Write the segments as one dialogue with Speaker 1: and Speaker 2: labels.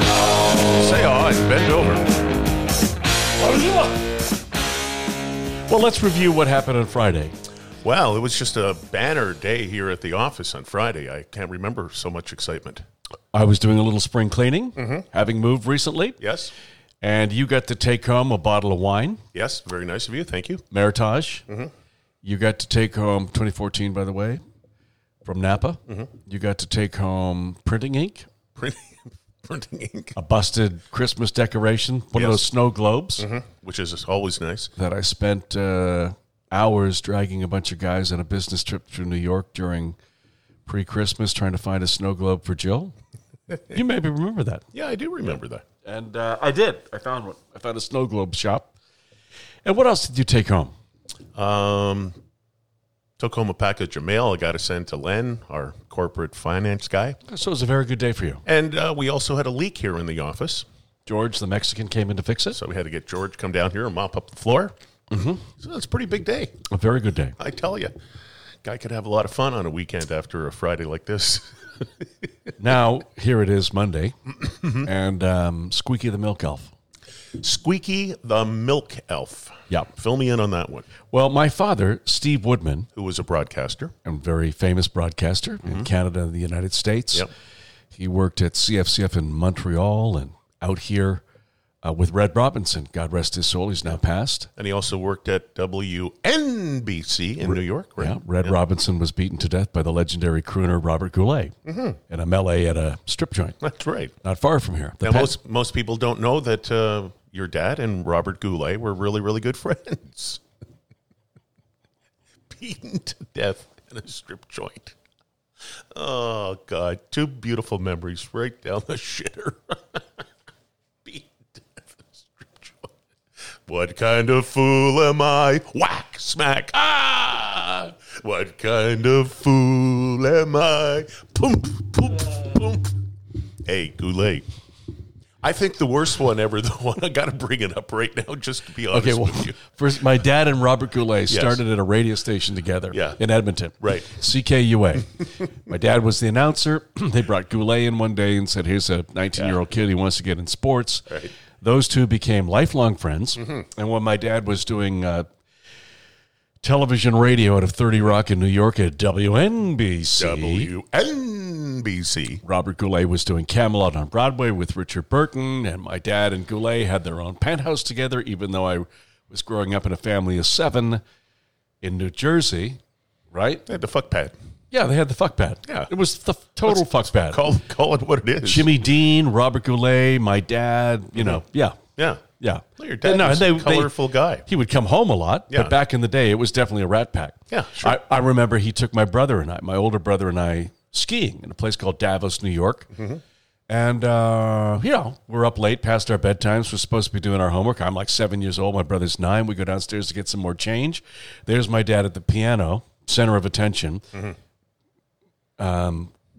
Speaker 1: oh,
Speaker 2: fine. Bend over. Well, let's review what happened on Friday.
Speaker 1: Well, it was just a banner day here at the office on Friday. I can't remember so much excitement.
Speaker 2: I was doing a little spring cleaning, having moved recently,
Speaker 1: Yes,
Speaker 2: and you got to take home a bottle of wine,
Speaker 1: yes, very nice of you. Thank you.
Speaker 2: Meritage. You got to take home 2014, by the way, from Napa. You got to take home printing ink,
Speaker 1: Printing, printing ink,
Speaker 2: a busted Christmas decoration, one of
Speaker 1: Yes.
Speaker 2: those snow globes
Speaker 1: which is always nice.
Speaker 2: that I spent uh, hours dragging a bunch of guys on a business trip through New York during pre Christmas trying to find a snow globe for Jill. you maybe remember that.
Speaker 1: Yeah, I do remember that.
Speaker 2: And uh, I did. I found one. I found a snow globe shop. And what else did you take home?
Speaker 1: Um, took home a package of mail I got to send to Len, our corporate finance guy.
Speaker 2: So it was a very good day for you.
Speaker 1: And uh, we also had a leak here in the office.
Speaker 2: George, the Mexican, came in to fix it.
Speaker 1: So we had to get George to come down here and mop up the floor. Mm-hmm. So it's a pretty big day,
Speaker 2: A very good day.
Speaker 1: I tell you. Guy could have a lot of fun on a weekend after a Friday like this.
Speaker 2: Now, here it is Monday, and um, Squeaky the Milk Elf.
Speaker 1: Squeaky the Milk Elf.
Speaker 2: Yep.
Speaker 1: Fill me in on that one.
Speaker 2: Well, my father, Steve Woodman,
Speaker 1: Who was a broadcaster?
Speaker 2: a very famous broadcaster in Canada and the United States.
Speaker 1: Mm-hmm. Yep.
Speaker 2: He worked at CFCF in Montreal and out here uh, with Red Robinson. God rest his soul. He's now passed.
Speaker 1: And he also worked at WNBC in New York, right?
Speaker 2: Yeah, Red Robinson was beaten to death by the legendary crooner Robert Goulet in a melee at a strip joint
Speaker 1: That's right.
Speaker 2: not far from here. The
Speaker 1: Mm-hmm. Now,
Speaker 2: pa-
Speaker 1: most, most people don't know that uh, your dad and Robert Goulet were really, really good friends. Beaten to death in a strip joint. Oh, God. Two beautiful memories right down the shitter. Beaten to death in a strip joint. What kind of fool am I? Whack, smack, ah! What kind of fool am I? Pump, pump, pump. Hey, Goulet. I think the worst one ever, the one I got to bring it up right now, just to be honest
Speaker 2: okay, well,
Speaker 1: with you.
Speaker 2: first, my dad and Robert Goulet started at a radio station together
Speaker 1: Yeah.
Speaker 2: in Edmonton.
Speaker 1: Right.
Speaker 2: CKUA. my dad was the announcer. they brought Goulet in one day and said, here's a 19 year old kid. He wants to get in sports.
Speaker 1: Right. Mm-hmm.
Speaker 2: Those two became lifelong friends. And when my dad was doing uh, television radio out of 30 Rock in New York at WNBC.
Speaker 1: WNBC.
Speaker 2: Robert Goulet was doing Camelot on Broadway with Richard Burton, and my dad and Goulet had their own penthouse together, even though I was growing up in a family of seven in New Jersey, right?
Speaker 1: Yeah, the fuck pad.
Speaker 2: Yeah, they had the fuck pad.
Speaker 1: Yeah.
Speaker 2: It was the f- total fuck pad.
Speaker 1: Call call it what it is.
Speaker 2: Jimmy Dean, Robert Goulet, my dad, you
Speaker 1: Mm-hmm.
Speaker 2: know, yeah,
Speaker 1: Yeah.
Speaker 2: yeah.
Speaker 1: Well, your dad was a colorful guy.
Speaker 2: He would come home a lot,
Speaker 1: Yeah.
Speaker 2: but back in the day, it was definitely a rat pack.
Speaker 1: Yeah, sure.
Speaker 2: I, I remember he took my brother and I, my older brother and I, skiing in a place called Davos, New York.
Speaker 1: Mm-hmm.
Speaker 2: And, uh, you know, we're up late past our bedtimes. We're supposed to be doing our homework. I'm like seven years old. My brother's nine. We go downstairs to get some more change. There's my dad at the piano, center of attention. Um,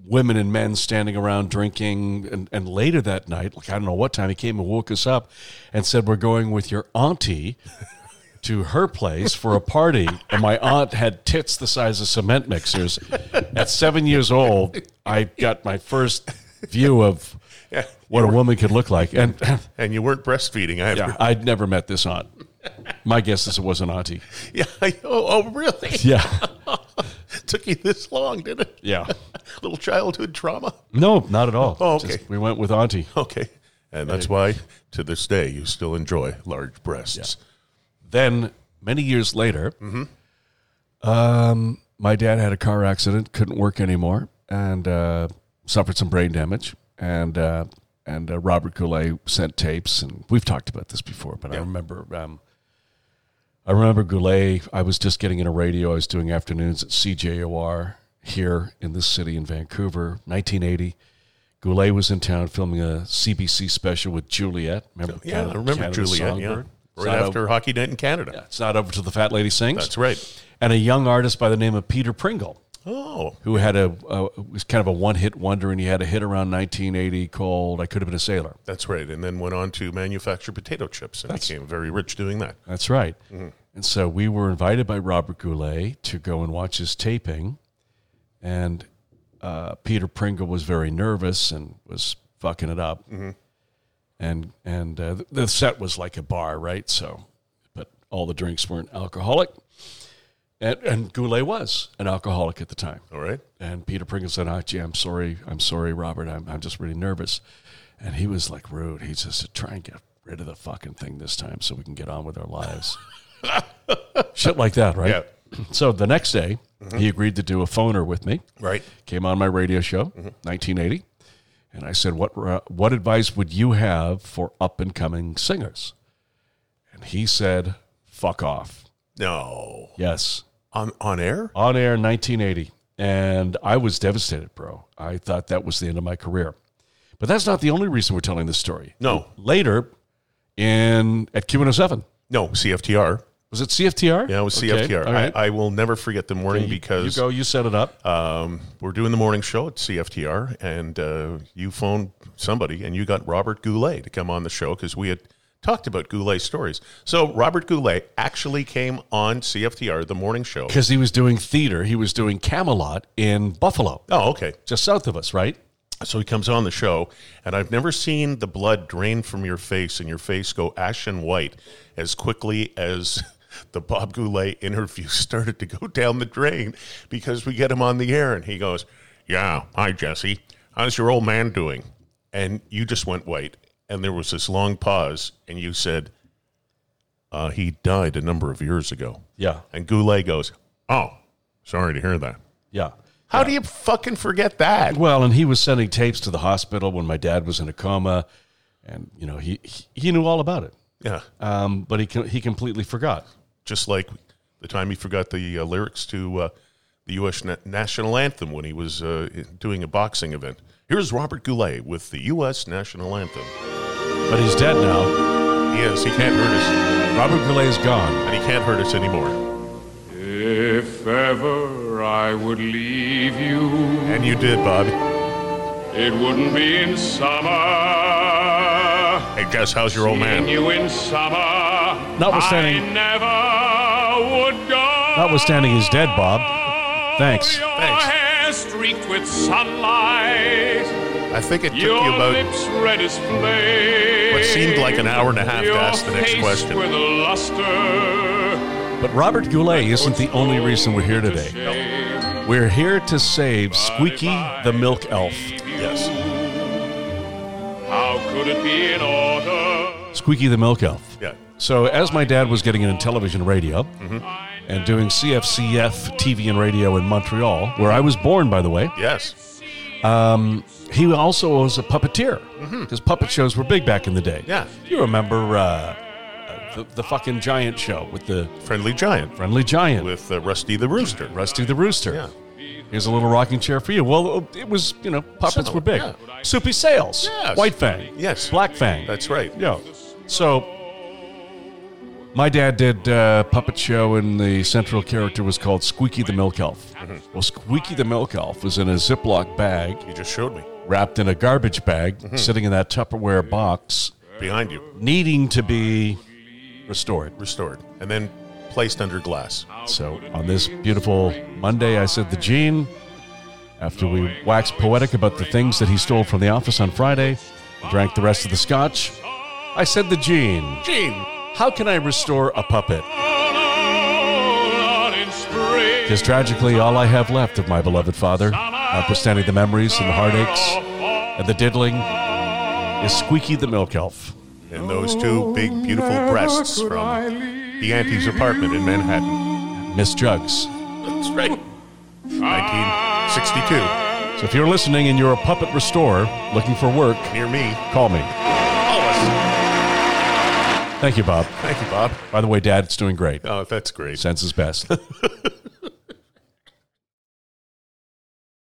Speaker 2: women and men standing around drinking. And, and later that night, like I don't know what time, he came and woke us up and said, We're going with your auntie to her place for a party, and my aunt had tits the size of cement mixers. At seven years old, I got my first view of what a woman could look like, and
Speaker 1: And you weren't breastfeeding either.
Speaker 2: yeah, I'd never met this aunt. My guess is it was an auntie.
Speaker 1: Yeah. oh, oh, really?
Speaker 2: Yeah,
Speaker 1: Took you this long, did it?
Speaker 2: yeah.
Speaker 1: Little childhood trauma.
Speaker 2: No, not at all.
Speaker 1: Oh, okay.
Speaker 2: Just- we went with auntie.
Speaker 1: Okay. And that's why, to this day, you still enjoy large breasts.
Speaker 2: Then many years later, um, my dad had a car accident, couldn't work anymore, and uh, suffered some brain damage. And uh, and uh, Robert Goulet sent tapes, and we've talked about this before, but I remember. Um, I remember Goulet. I was just getting into radio. I was doing afternoons at CJOR here in this city in Vancouver, 1980. Goulet was in town filming a CBC special with Juliet. Remember?
Speaker 1: Yeah, I remember
Speaker 2: Canada's
Speaker 1: Juliet. Yeah.
Speaker 2: Songbird? It's
Speaker 1: Right
Speaker 2: not
Speaker 1: after Hockey Night in Canada.
Speaker 2: it's not over till the fat lady sings.
Speaker 1: That's right.
Speaker 2: And a young artist by the name of Peter Pringle,
Speaker 1: Oh,
Speaker 2: who had a, a was kind of a one-hit wonder, and he had a hit around 1980 called "I Could Have Been a Sailor."
Speaker 1: that's right. And then went on to manufacture potato chips and became very rich doing that.
Speaker 2: That's right. And so we were invited by Robert Goulet to go and watch his taping, and uh, Peter Pringle was very nervous and was fucking it up. And and and uh, th- the set was like a bar, right? So, but all the drinks weren't alcoholic, and, and Goulet was an alcoholic at the time.
Speaker 1: All right.
Speaker 2: And Peter Pringle said, oh, gee, I'm sorry. I'm sorry, Robert. I'm, I'm just really nervous. And he was like rude. He just said, try and get rid of the fucking thing this time so we can get on with our lives. Shit like that, right? So the next day, he agreed to do a phoner with me.
Speaker 1: Right.
Speaker 2: Came on my radio show, 1980. And I said, what, ra- what advice would you have for up and coming singers? And he said, fuck off.
Speaker 1: No.
Speaker 2: Yes
Speaker 1: On on air?
Speaker 2: on air in 1980 and i was devastated bro i thought that was the end of my career but that's not the only reason we're telling this story
Speaker 1: No.
Speaker 2: later in at q107
Speaker 1: No. CFTR.
Speaker 2: was it cftr
Speaker 1: Yeah, it was
Speaker 2: Okay,
Speaker 1: CFTR.
Speaker 2: all right.
Speaker 1: I, I will never forget the morning
Speaker 2: you
Speaker 1: because
Speaker 2: go you set it up
Speaker 1: um, we're doing the morning show at CFTR, and uh, you phoned somebody, and you got Robert Goulet to come on the show because we had talked about Goulet stories. So Robert Goulet actually came on CFTR, the morning show.
Speaker 2: because he was doing theater he was doing camelot in buffalo
Speaker 1: Oh, okay.
Speaker 2: just south of us right
Speaker 1: So he comes on the show, and I've never seen the blood drain from your face and your face go ashen white as quickly as the Bob Goulet interview started to go down the drain because we get him on the air and he goes, Yeah, hi, Jesse. How's your old man doing? And you just went white. And there was this long pause, and you said, uh, He died a number of years ago.
Speaker 2: yeah
Speaker 1: And Goulet goes, Oh, sorry to hear that.
Speaker 2: yeah
Speaker 1: How do you fucking forget that?
Speaker 2: well and he was sending tapes to the hospital when my dad was in a coma and you know he he- he knew all about it
Speaker 1: Yeah.
Speaker 2: um, but he co- he completely forgot
Speaker 1: just like the time he forgot the uh, lyrics to uh, the U.S. Na- national anthem when he was uh, doing a boxing event. Here's Robert Goulet with the U.S. national anthem.
Speaker 2: but he's dead now
Speaker 1: He is. He can't hurt us,
Speaker 2: Robert Goulet is gone.
Speaker 1: and he can't hurt us anymore.
Speaker 3: If ever I would leave you,
Speaker 1: And you did, Bob.
Speaker 3: it wouldn't be in summer.
Speaker 1: Hey, Jess, how's your old
Speaker 3: Seeing
Speaker 1: man?
Speaker 3: you in summer,
Speaker 2: Oh, Notwithstanding-
Speaker 3: I never would go.
Speaker 2: Notwithstanding he's dead, Bob. Thanks.
Speaker 3: Your
Speaker 1: Thanks.
Speaker 3: hair streaked with sunlight,
Speaker 1: I think it took you
Speaker 3: your
Speaker 1: about
Speaker 3: lips red as flame.
Speaker 1: what seemed like an hour and a half to
Speaker 3: Your
Speaker 1: ask the next
Speaker 3: face
Speaker 1: question.
Speaker 3: With a luster.
Speaker 2: But Robert Goulet isn't the only reason we're here today.
Speaker 3: Nope.
Speaker 2: We're here to save Squeaky the Milk Elf.
Speaker 1: Yes.
Speaker 3: How could it be in order?
Speaker 2: Squeaky the Milk Elf.
Speaker 1: Yeah.
Speaker 2: So, as my dad was getting into television radio
Speaker 1: Mm-hmm.
Speaker 2: and doing CFCF TV and radio in Montreal, where I was born, by the way,
Speaker 1: Yes.
Speaker 2: he also was a puppeteer because puppet shows were big back in the day.
Speaker 1: Mm-hmm. Yeah.
Speaker 2: You remember uh, uh, the, the fucking giant show with the
Speaker 1: Friendly Giant
Speaker 2: friendly giant.
Speaker 1: with uh, Rusty the Rooster.
Speaker 2: Rusty the Rooster.
Speaker 1: Yeah.
Speaker 2: Here's a little rocking chair for you. Well, it was, you know, puppets
Speaker 1: Similar,
Speaker 2: were big.
Speaker 1: yeah.
Speaker 2: Soupy Sales.
Speaker 1: Yes.
Speaker 2: White Fang.
Speaker 1: Yes.
Speaker 2: Black Fang.
Speaker 1: That's right.
Speaker 2: Yeah. So, my dad did a puppet show, and the central character was called Squeaky the Milk Elf.
Speaker 1: Mm-hmm.
Speaker 2: Well, Squeaky the Milk Elf was in a Ziploc bag,
Speaker 1: You just showed me
Speaker 2: wrapped in a garbage bag,
Speaker 1: Mm-hmm.
Speaker 2: sitting in that Tupperware box,
Speaker 1: behind you,
Speaker 2: needing to be restored.
Speaker 1: restored, and then placed under glass.
Speaker 2: So on this beautiful Monday, I said the Gene. After we waxed poetic about the things that he stole from the office on Friday, drank the rest of the scotch, I said the Gene.
Speaker 1: Gene.
Speaker 2: How can I restore a puppet?
Speaker 3: All in spring.
Speaker 2: Because tragically, all I have left of my beloved father, notwithstanding the memories and the heartaches and the diddling, is Squeaky the Milk Elf.
Speaker 1: and those two big, beautiful breasts from the auntie's apartment in Manhattan.
Speaker 2: Miss Jugs.
Speaker 1: That's right. 1962.
Speaker 2: So if you're listening and you're a puppet restorer looking for work,
Speaker 1: Near me.
Speaker 2: call me. Thank you, Bob.
Speaker 1: Thank you, Bob.
Speaker 2: By the way, Dad, it's doing great.
Speaker 1: Oh, that's great.
Speaker 2: Sense his best.